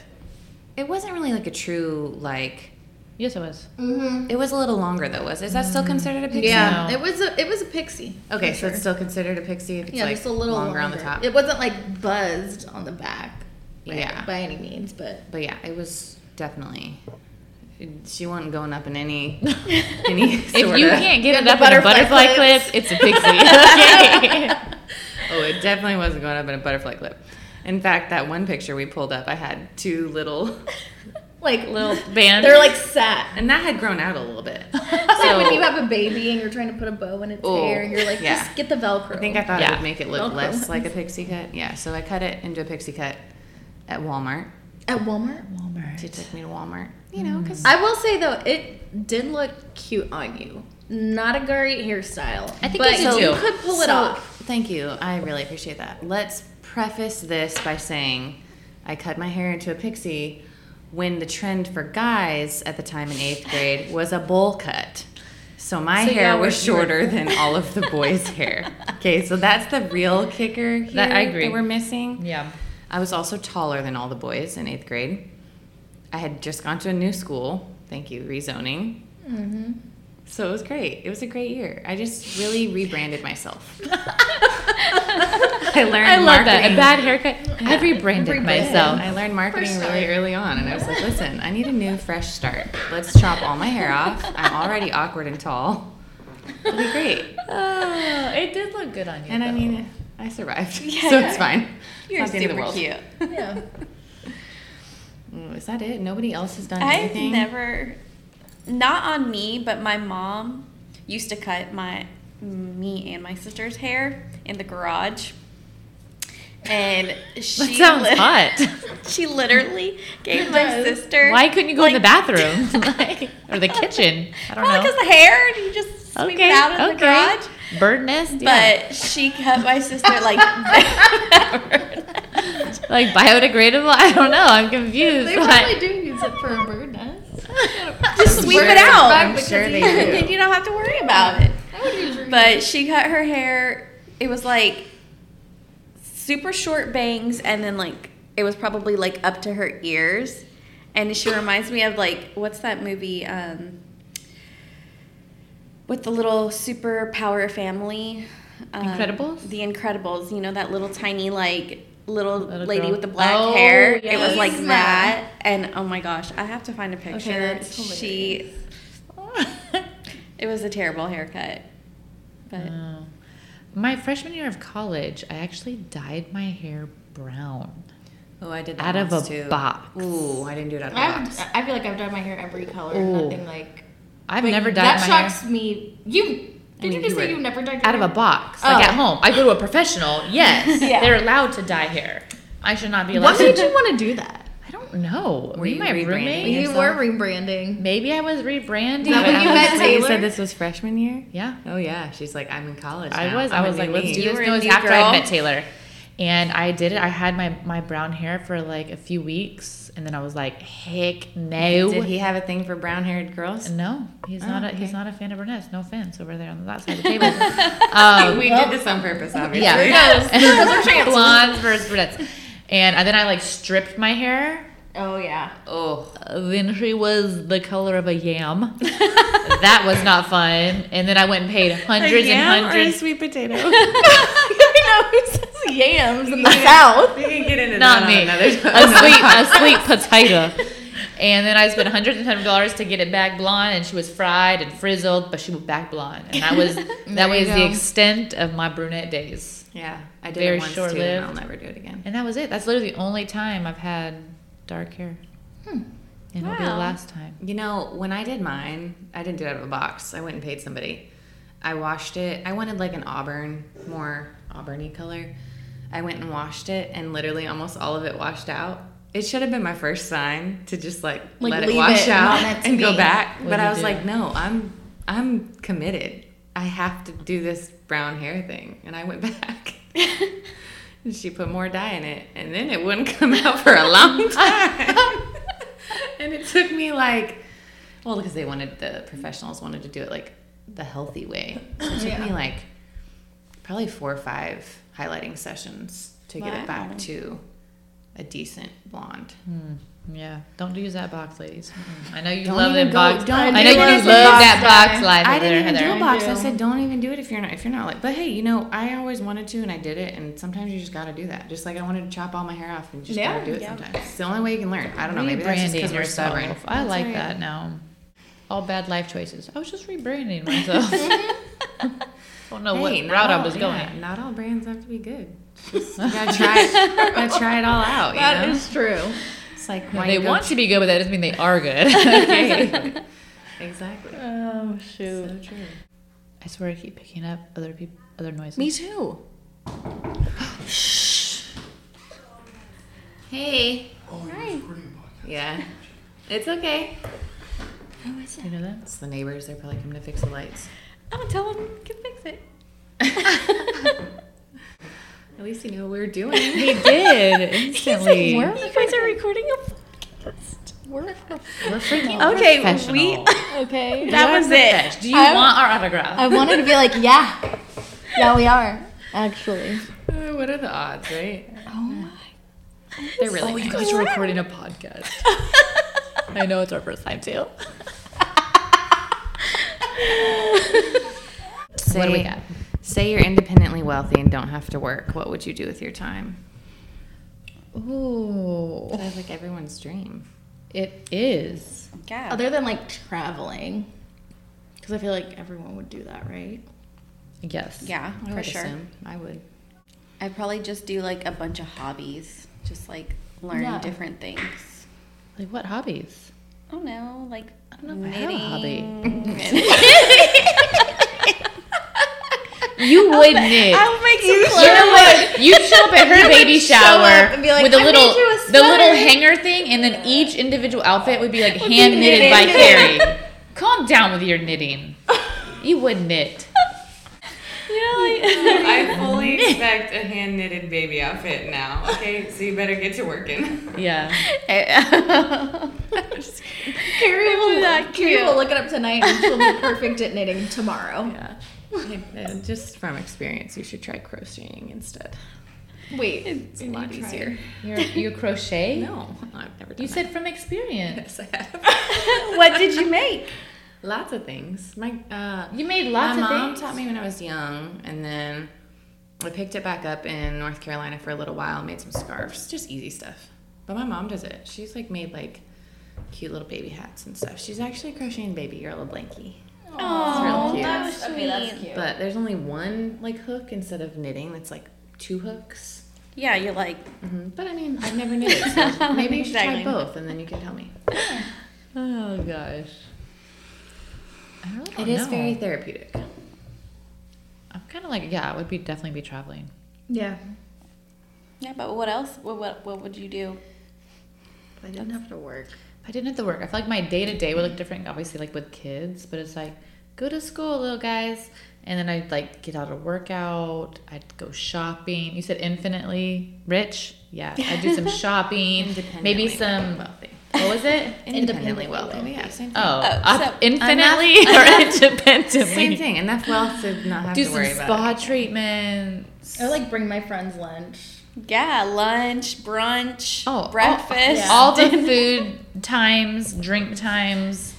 It wasn't really like a true like.
Yes, it was.
Mm-hmm.
It was a little longer though, was is that still considered a pixie?
Mm, Yeah.
No.
It was a it was a pixie.
Okay,
for
so
sure.
it's still considered a pixie if it's
yeah,
like
just a little
longer, on the top.
It wasn't like buzzed on the back. by-
Yeah.
By any means, but
but yeah, it was definitely. She wasn't going up in any any.
[laughs]
[laughs]
If you can't get
Yeah,
it
the
up in a
butterfly
butterfly clip,
clips.
it's a pixie. Okay.
Oh, it definitely wasn't going up in a butterfly clip. In fact, that one picture we pulled up, I had two little,
[laughs] like
Little band.
they're like sat.
and that had grown out a little
[laughs]
bit.
It's
[laughs]
like
So-
when you have a baby and you're trying to put a bow in its
Oh,
hair, and you're like,
yeah.
just get the Velcro.
I think I thought it
Yeah.
would make it look
Velcro
less
ones.
like a pixie cut. Yeah, so I cut it into a pixie cut at Walmart.
at Walmart.
She took me to Walmart. You know, because
I will say though, it did look cute on you. Not a great hairstyle.
I think
but
you did
you
too.
could pull it
So,
off.
Thank you. I really appreciate that. Let's preface this by saying I cut my hair into a pixie when the trend for guys at the time in eighth grade was a bowl cut. So my
So, yeah,
hair
we're-
was shorter than all of the boys' hair. Okay, so that's the real kicker here
That- I agree.
that we're missing.
[laughs] yeah.
I was also taller than all the boys in eighth Mm-hmm. grade. I had just gone to a new school. Thank you, rezoning. So it was great. It was a great year. I just really rebranded [laughs] myself. I learned
I love that.
marketing.
A bad haircut. I've rebranded
I did.
myself.
I learned marketing
First
really
start.
early on, and I was like, listen, I need a new, fresh start. Let's chop all my hair off. I'm already awkward and tall. It'll be great.
Oh, it did look good on you.
And I
though.
mean, I survived, [laughs] so it's fine. It's
You're
not the end of the
super
world.
cute.
Yeah.
Mm, Is that it? Nobody else has done
I've
anything.
never, not on me, but my mom used to cut my me and my sister's hair in the garage, and
[laughs] that
she
sounds
lit-
hot.
[laughs] She literally gave my sister.
Why couldn't you go in the
like-
bathroom [laughs] like, or the kitchen? I don't
Probably
know.
because the hair, and you just sweep it out in the garage.
Bird nest, yeah.
But she cut my sister like
[laughs]
[laughs]
like biodegradable. I don't know. I'm confused.
They
Like,
probably do use it for a bird nest.
just sweep
Bird
it out.
back
I'm
because
sure
he-
[laughs]
they do.
then you don't have to worry about it.
I would usually
But she cut her hair. It was like super short bangs, and then like it was probably like up to her ears. And she reminds me of like what's that movie um, with the little superpower family? Um,
Incredibles?
The Incredibles. You know that little tiny like little,
Little
lady
girl.
with the black
Oh,
hair. It was
yes.
like
Yzma.
that. And oh my gosh, I have to find a picture.
that's
she. It was a terrible haircut. But
Oh. My freshman year of college, I actually dyed my hair brown.
Oh, I did that
Out of
once,
a
too.
box.
Ooh, I didn't do it out of a box.
I've, [laughs] I feel like I've dyed my hair every color.
Ooh.
Nothing like.
I've
Wait,
never dyed
that
my
shocks
hair
me. You did
mean,
you
you
just say
were
you've never dyed your
out of
hair?
a box, like
Oh.
at home. I go to a professional. Yes,
Yeah.
they're allowed to dye hair. I should not be allowed.
Why
to
did you want to do that?
I don't know. Were,
Were
you
you
my
rebranding
roommate?
[laughs] You
yourself?
were rebranding.
Maybe I was
[laughs]
rebranding.
Is that when
I
you
was-
met
Wait, you said
Taylor?
this was freshman year?
[laughs] Yeah.
Oh, yeah. She's like, I'm in college.
I
now.
was.
I'm a
I was
new
like, let's
me.
do
You
this.
were
No,
a
it was
new
after
girl.
I met Taylor, and I did it. I had my my brown hair for like a few weeks, and then I was like, heck no.
Did he have a thing for brown haired girls?
no, he's not. A,
okay.
He's not a fan of brunettes. No offense over there on that side of
[laughs]
the table. um,
we did this on purpose, obviously.
yeah, [laughs] blondes versus brunettes. And uh, then I like stripped my hair
Oh yeah.
Oh,
then she was the color of a yam. [laughs] that was not fun. And then I went and paid hundreds and hundreds.
sweet [laughs] potato.
Yams
[laughs]
in the south.
We can get into
Not
that
me.
on
A
another [laughs]
sweet,
time.
a sweet potato. And then I spent hundreds and hundreds of dollars to get it back blonde, and she was fried and frizzled, but she was back blonde, and
[laughs]
that was that was
you
the
go.
extent of my brunette days.
Yeah, I did
Very
it once too,
short-lived.
and I'll never do it again.
And that was it. That's literally the only time I've had dark hair,
Hmm.
and it'll be the
Wow.
last time.
You know, when I did mine, I didn't do it out of a box. I went and paid somebody. I washed it. I wanted like an auburn, more auburny color. I went and washed it, and literally almost all of it washed out. It should have been my first sign to just like,
Like,
let it
leave
wash
it and
out
want it to
and go
be
back.
what
But I
you
was
do.
like, no, I'm I'm committed. I have to do this brown hair thing, and I went [laughs] back. and she put more dye in it, and then it wouldn't [laughs] come out for a [laughs] long time. and it took me like, well, because they wanted the professionals wanted to do it like the healthy way. So it took me like probably four or five highlighting sessions to get it back to a decent blonde.
Yeah, don't use that box, ladies. Mm-mm. I know you
Don't
love
even
that
go-
box.
don't
I know you
even
love
do that
that
box
box
guy.
life.
I
over there,
didn't even do
Heather.
a box. I
do.
said, don't even do it if you're not if you're not like. But hey, you know, I always wanted to, and I did it. And sometimes you just got to do that. Just like I wanted to chop all my hair off, and you just
Yeah,
got to do it
yeah.
sometimes. It's the only way you can learn. I don't know. Maybe that's just because
rebranding
we're
yourself.
stubborn.
I like that now. All bad life choices. I was just
[laughs]
rebranding myself. Don't know
Hey,
what
not
route I
all-
was going.
yeah, not all brands have to be
[laughs]
good. Just, you gotta try it. gotta try it all out. You
That
know?
is true.
it's like
No,
why
they
you go-
want to be good, but that doesn't mean they
[laughs]
are good. [laughs]
Exactly. exactly.
Oh shoot.
So true.
I swear I keep picking up other people, other noises.
too.
Hey. Yeah. It's okay.
You know that?
It's the neighbors. They're probably coming to fix the lights.
oh, tell him you can fix it.
At least you know what we were doing.
He did instantly.
You guys are recording a podcast. We're
We're freaking
Okay,
professional.
we-
Okay.
that was it.
Do you
I-
want our autograph?
I wanted to be like, yeah, yeah, we are actually.
Uh, what are the odds, right? Oh my. They're really
oh, you
nice.
guys are recording a
[laughs]
podcast. I know it's our first time too.
Say,
What do we got?
Say you're independently wealthy and don't have to work. What would you do with your time?
Ooh,
That's like everyone's dream.
it is.
Yeah.
Other than like traveling, because I feel like everyone would do that, right?
Yes.
yeah,
I
for
would
sure.
assume. I would.
I'd probably just do like a bunch of hobbies, just like learn
Yeah.
different things.
Like what hobbies?
I don't know, like I
don't know if I have a
[laughs]
hobby.
hobby.
You would knit.
I'll make some
You know
clothes.
what?
[laughs]
You show up at her baby
show up
shower
and be like,
with a
"I made
little
you
the
a
little
sweater."
hanger thing, and then each individual outfit would be like hand knitted by
knitted. [laughs]
Carrie. Calm down with your knitting. You would knit.
I fully expect a hand knitted baby outfit now. Okay, so you better get to working.
Yeah.
Carrie will, that Carrie will look it up tonight and she'll be perfect at knitting [laughs] tomorrow.
Uh, Just from experience, you should try crocheting instead.
Wait,
It's a lot easier.
Your your crochet.
No, I've never done
You said from experience.
that. [laughs] Yes, I have.
what did you make?
Lots of things. My uh,
You made lots
my
of
mom
things.
taught me when I was young, and then I picked it back up in North Carolina for a little while. Made some scarves, just easy stuff. But my mom does it. She's like made like cute little baby hats and stuff. She's actually crocheting baby girl a blankie.
Oh,
cute.
that's sweet.
But there's only one like hook instead of knitting. That's like two hooks.
Yeah, you're like
Mhm. But I mean, I've never knitted, so maybe you should
Exactly.
try both, and then you can tell me.
Oh gosh. I really
It
don't
is
know.
very therapeutic.
I'm kind of like yeah. I would be definitely be traveling.
yeah.
yeah. But what else? What what, what would you do?
I didn't have to work.
If I didn't have to work, I feel like my day to day would look different, obviously, like with kids, but it's like, go to school, little guys. And then I'd like get out a workout. I'd go shopping. You said infinitely rich? Yeah.
[laughs]
I'd do some shopping. Maybe
Independently
some,
wealthy.
what was it?
Independently wealthy. Yeah, same thing.
Oh,
so
op- infinitely [laughs] or independently.
Same thing. Enough wealth to not have
Do
to
some
worry
spa
about.
treatments.
I would, like bring my friends lunch.
Yeah, lunch, brunch,
Oh, all-
breakfast.
yeah.
All the food times, drink times,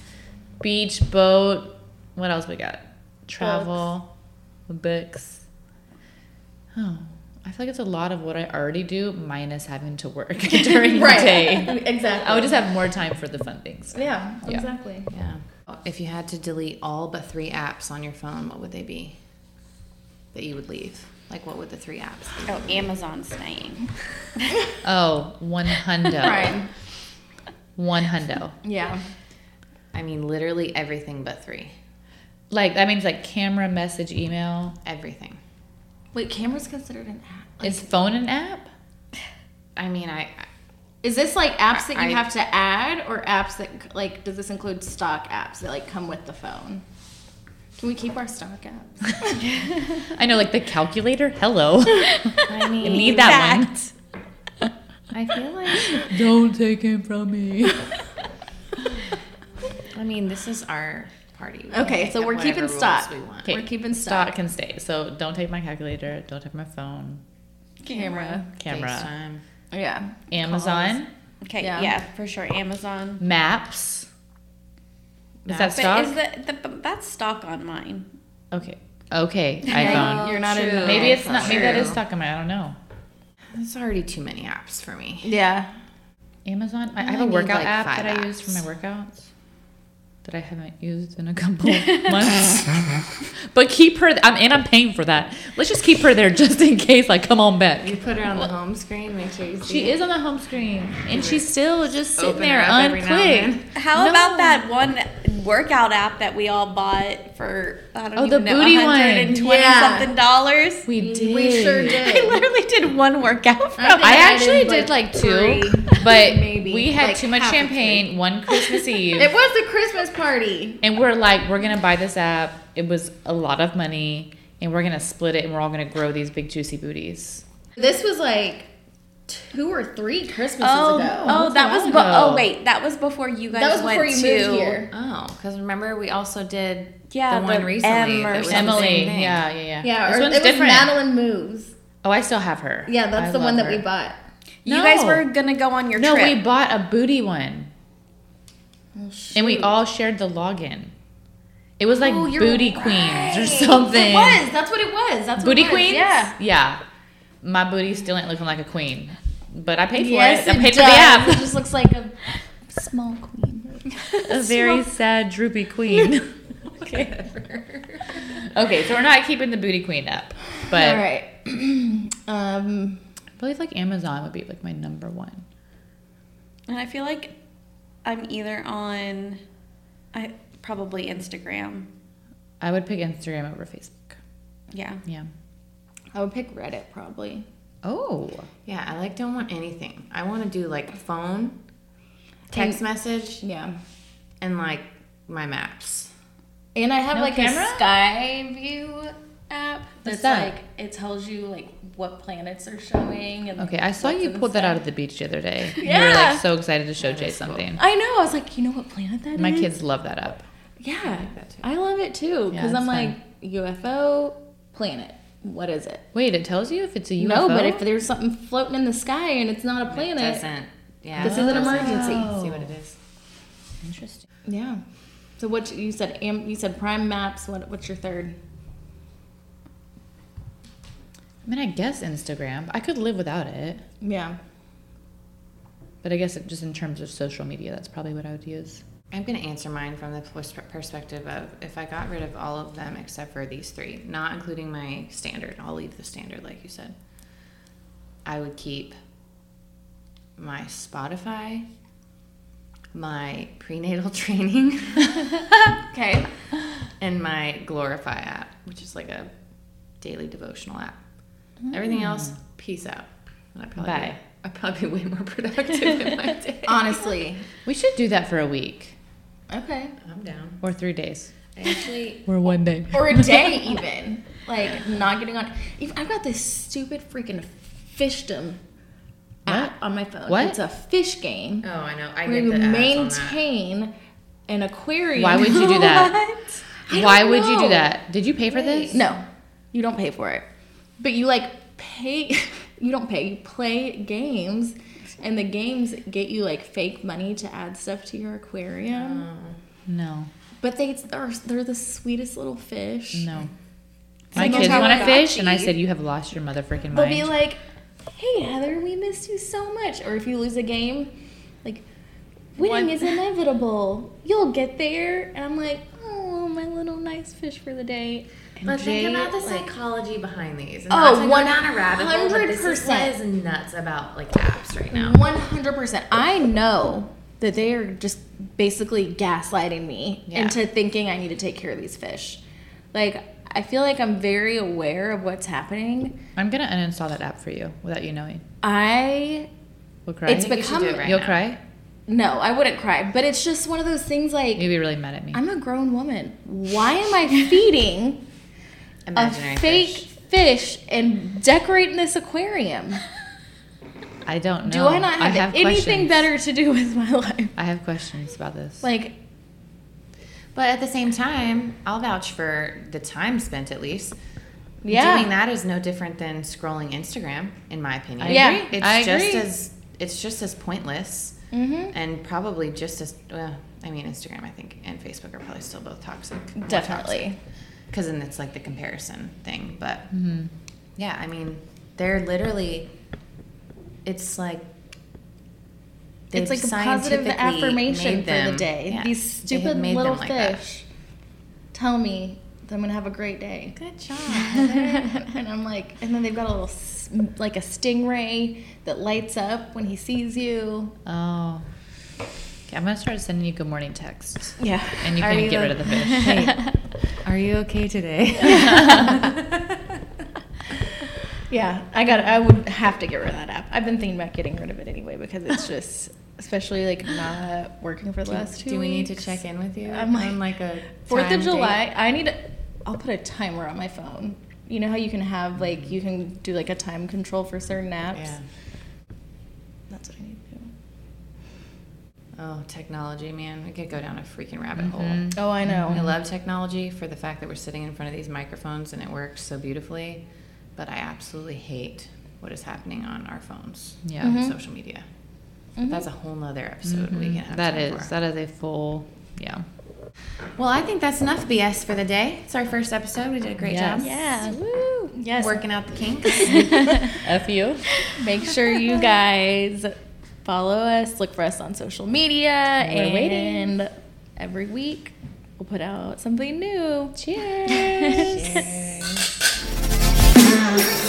beach, boat. What else we got? Travel, books. Oh, I feel like it's a lot of what I already do, minus having to work [laughs] during the day.
exactly.
I would just have more time for the fun things.
yeah,
Yeah.
exactly.
it. Yeah. If you had to delete all but three apps on your phone, what would they be? That you would leave. Like, what would the three apps? Be?
Oh, Amazon snaying.
Oh, one hundo.
Prime.
One hundo.
Yeah.
I mean, literally everything but three.
Like that means like camera, message, email.
Everything.
Wait, camera's considered an app.
Is phone an app?
I mean, I. I-
Is this like apps that
I-
you have to add, or apps that like? Does this include stock apps that like come with the phone? Can we keep our stock apps?
I know, like the calculator. [laughs] Hello.
I
You
mean,
need that one.
I feel like.
Don't take him from me.
I mean, this is our party. We
Okay,
make
so
up
we're keeping
whatever rules
stock.
We want.
We're keeping
stock.
stock.
can stay. So don't take my calculator. Don't take my phone,
Camera.
camera,
FaceTime.
Yeah.
Amazon,
Okay,
Yeah.
yeah. for sure. Amazon.
maps. Is that
Maps.
stock?
But is that the, but that's stock on mine?
okay.
[laughs]
Okay. iPhone.
You're not in.
true.
the-
Maybe it's not. Maybe that
True.
is stock on my. I don't know.
That's already too many apps for me.
Yeah.
Amazon. I, I have a
only need,
workout
like,
app
five
that I use for my
apps.
workouts that I haven't used in a couple months. but keep her. I'm, and I'm paying for that. Let's just keep her there just in case I come on back.
You put her on the home screen. Make sure you see.
She is on the home screen, and she's still just sitting
Open her
there
up every now and
unclicked.
[laughs] How
No.
about that one workout app that we all bought for I don't
Oh, the
even know
booty one.
120
Yeah.
something dollars?
We did. [laughs]
We sure
I
did.
literally did one workout. For
I
I
actually
did,
did like,
like,
two,
three,
[laughs] but
[laughs] maybe,
we had
like
too much
half of
champagne one Christmas Eve,
It was a Christmas party.
and we're like, we're gonna buy this app. It was a lot of money, and we're gonna split it, and we're all gonna grow these big juicy booties.
This was like two or three Christmases
oh,
ago.
oh, that
while
was be-
ago.
oh wait, that was before you guys
that was before
went
you
to
moved here.
Oh, because remember we also did
Yeah,
the one
the
recently.
M or
that was the
Emily,
same thing.
yeah, yeah, yeah.
Yeah,
this
or
one's
it was
different.
Madeline moves.
oh, I still have her.
Yeah, that's
I
the one
love
that
her.
we bought.
You
No.
guys were gonna go on your
No,
trip.
we bought a booty one, and we all shared the login. It was like
Oh, you're
booty
right.
queens or something.
It was. That's what it was. That's
Booty
what it was.
queens?
Yeah.
Yeah. My booty still ain't looking like a queen. But I paid for
Yes,
it. I
it,
paid
does.
for the app.
It just looks like a small queen.
a very sad, droopy
[laughs]
queen. okay. okay, so we're not keeping the booty queen up, [laughs] but
All right. [clears throat] um,
I believe like Amazon would be like my number one.
And I feel like I'm either on, I probably Instagram.
I would pick Instagram over Facebook.
[laughs]
Yeah.
Yeah.
I would pick Reddit probably.
Oh,
Yeah, I like don't want anything. I want to do like phone, text message,
Yeah.
and like my maps.
And I have
No
like
camera?
a sky view app
What's
that's
that?
like it tells you like what planets are showing and
okay. I saw you
what's
pull that out
inside.
of the beach the other day. You were
Yeah.
like so excited to show Jay something.
I know. I was like, you know what planet that is?
My kids love that up.
Yeah, I love it too
Yeah,
because
it's
I'm like
fun.
UFO planet. What is it?
Wait, it tells you if it's a UFO.
No, but if there's something floating in the sky and it's not a
It
planet,
doesn't. Yeah.
this
it
is an
doesn't.
emergency.
See what it is.
interesting.
Yeah. So what you said? Am, you said Prime Maps. What, what's your third?
I mean, I guess Instagram. I could live without it,
Yeah.
but I guess it, just in terms of social media, that's probably what I would use.
I'm going to answer mine from the pers- perspective of if I got rid of all of them except for these three, not including my standard, I'll leave the standard like you said. I would keep my Spotify, my prenatal [laughs] training,
Okay.
and my Glorify app, which is like a daily devotional app. Everything else, peace out. And I'd probably,
Bye.
I'd probably [laughs] be way more productive in my day.
Honestly.
We should do that for a week
Okay.
I'm down.
or three days
I actually
or one day.
Or a
[laughs]
day even. Like not getting on. If- I've got this stupid freaking fishdom
Uh,
app on my phone.
What?
It's a fish game
Oh, I know. I
where
get
you
the ads on that.
maintain an aquarium.
Why would you
[laughs]
do that?
I
Why
don't
would you do
know.
that? Did you pay for this?
No, you don't pay for it. But you like pay. [laughs] You don't pay. You play games, and the games get you like fake money to add stuff to your aquarium.
Oh. No.
But they they're, they're the sweetest little fish.
No. My
that's
kids
how
want
I
to
got
fish, and I
these.
said, You have lost your motherfucking
They'll
mind.
be like, "Hey Heather, we missed you so much." Or if you lose a game, like, winning is inevitable. You'll get there. And I'm like, "Oh, my little nice fish for the day."
But think
Jay,
about the
like-
psychology behind these. And
Oh,
not to go down a rabbit hole, but this is what
100%.
is nuts about like apps right now.
One hundred percent. I know that they are just basically gaslighting me
Yeah.
into thinking I need to take care of these fish. Like I feel like I'm very aware of what's happening.
I'm going to uninstall that app for you without you knowing.
I
We'll cry.
it's
think you should
become
do it right
You'll
now.
cry?
no, I wouldn't cry, but it's just one of those things like
You'll be really mad at me.
I'm a grown woman. Why am I
[laughs]
feeding a
Imaginary
fake
fish.
fish and decorating this aquarium?
I don't know.
Do I not have, anything
questions.
better to do with my [laughs] life?
I have questions about this.
Like
But at the same time, I'll vouch for the time spent at least.
Yeah.
Doing that is no different than scrolling Instagram, in my opinion.
I
Yeah.
agree.
It's
I
just
agree.
as it's just as pointless
Mm-hmm.
and probably just as well, I mean Instagram I think and Facebook are probably still both toxic.
definitely.
because then it's like the comparison thing. But
Mm-hmm.
yeah, I mean, they're literally, it's like they've
It's like a positive
scientifically
affirmation
made
for the
them-
day.
yeah,
These
they have
stupid
made them
little
like that.
fish tell me that I'm gonna have a great day,
Good job.
[laughs] and I'm like, and then they've got a little s- like a stingray that lights up when he sees you.
oh. Okay, I'm going to start sending you good morning
[laughs]
texts.
Yeah,
And you can get rid of the
[laughs]
fish.
Are you okay [laughs] today?
Yeah, I got. I would have to get rid of that app. I've been thinking about getting rid of it anyway because
[laughs]
it's just, especially like not working for the last two.
Do we need to
weeks.
check in with you
I'm like-
on like a
Fourth
time,
of
date?
July. I need. A, I'll put a timer on my phone. You know how you can have like you can do like a time control for certain apps.
Yeah.
That's what I need to do.
Oh, technology, man. We could go down a freaking rabbit hole.
Oh, I know.
Mm-hmm.
I love technology for the fact that we're sitting in front of these microphones and it works so beautifully, but I absolutely hate what is happening on our phones.
Yeah. Mm-hmm.
and
Mm-hmm.
social media. That's a whole nother episode we can have.
Mm-hmm. That
time
is.
for.
That is a full. Yeah.
Well, I think that's enough BS for the day. It's our first episode. We did a great job.
Yeah.
Woo. Yes. [laughs]
Working out the
[laughs]
kinks.
F you.
Make sure you guys follow us. Look for us on social media. and
waiting.
every week we'll put [laughs] out something new. Cheers.
Cheers.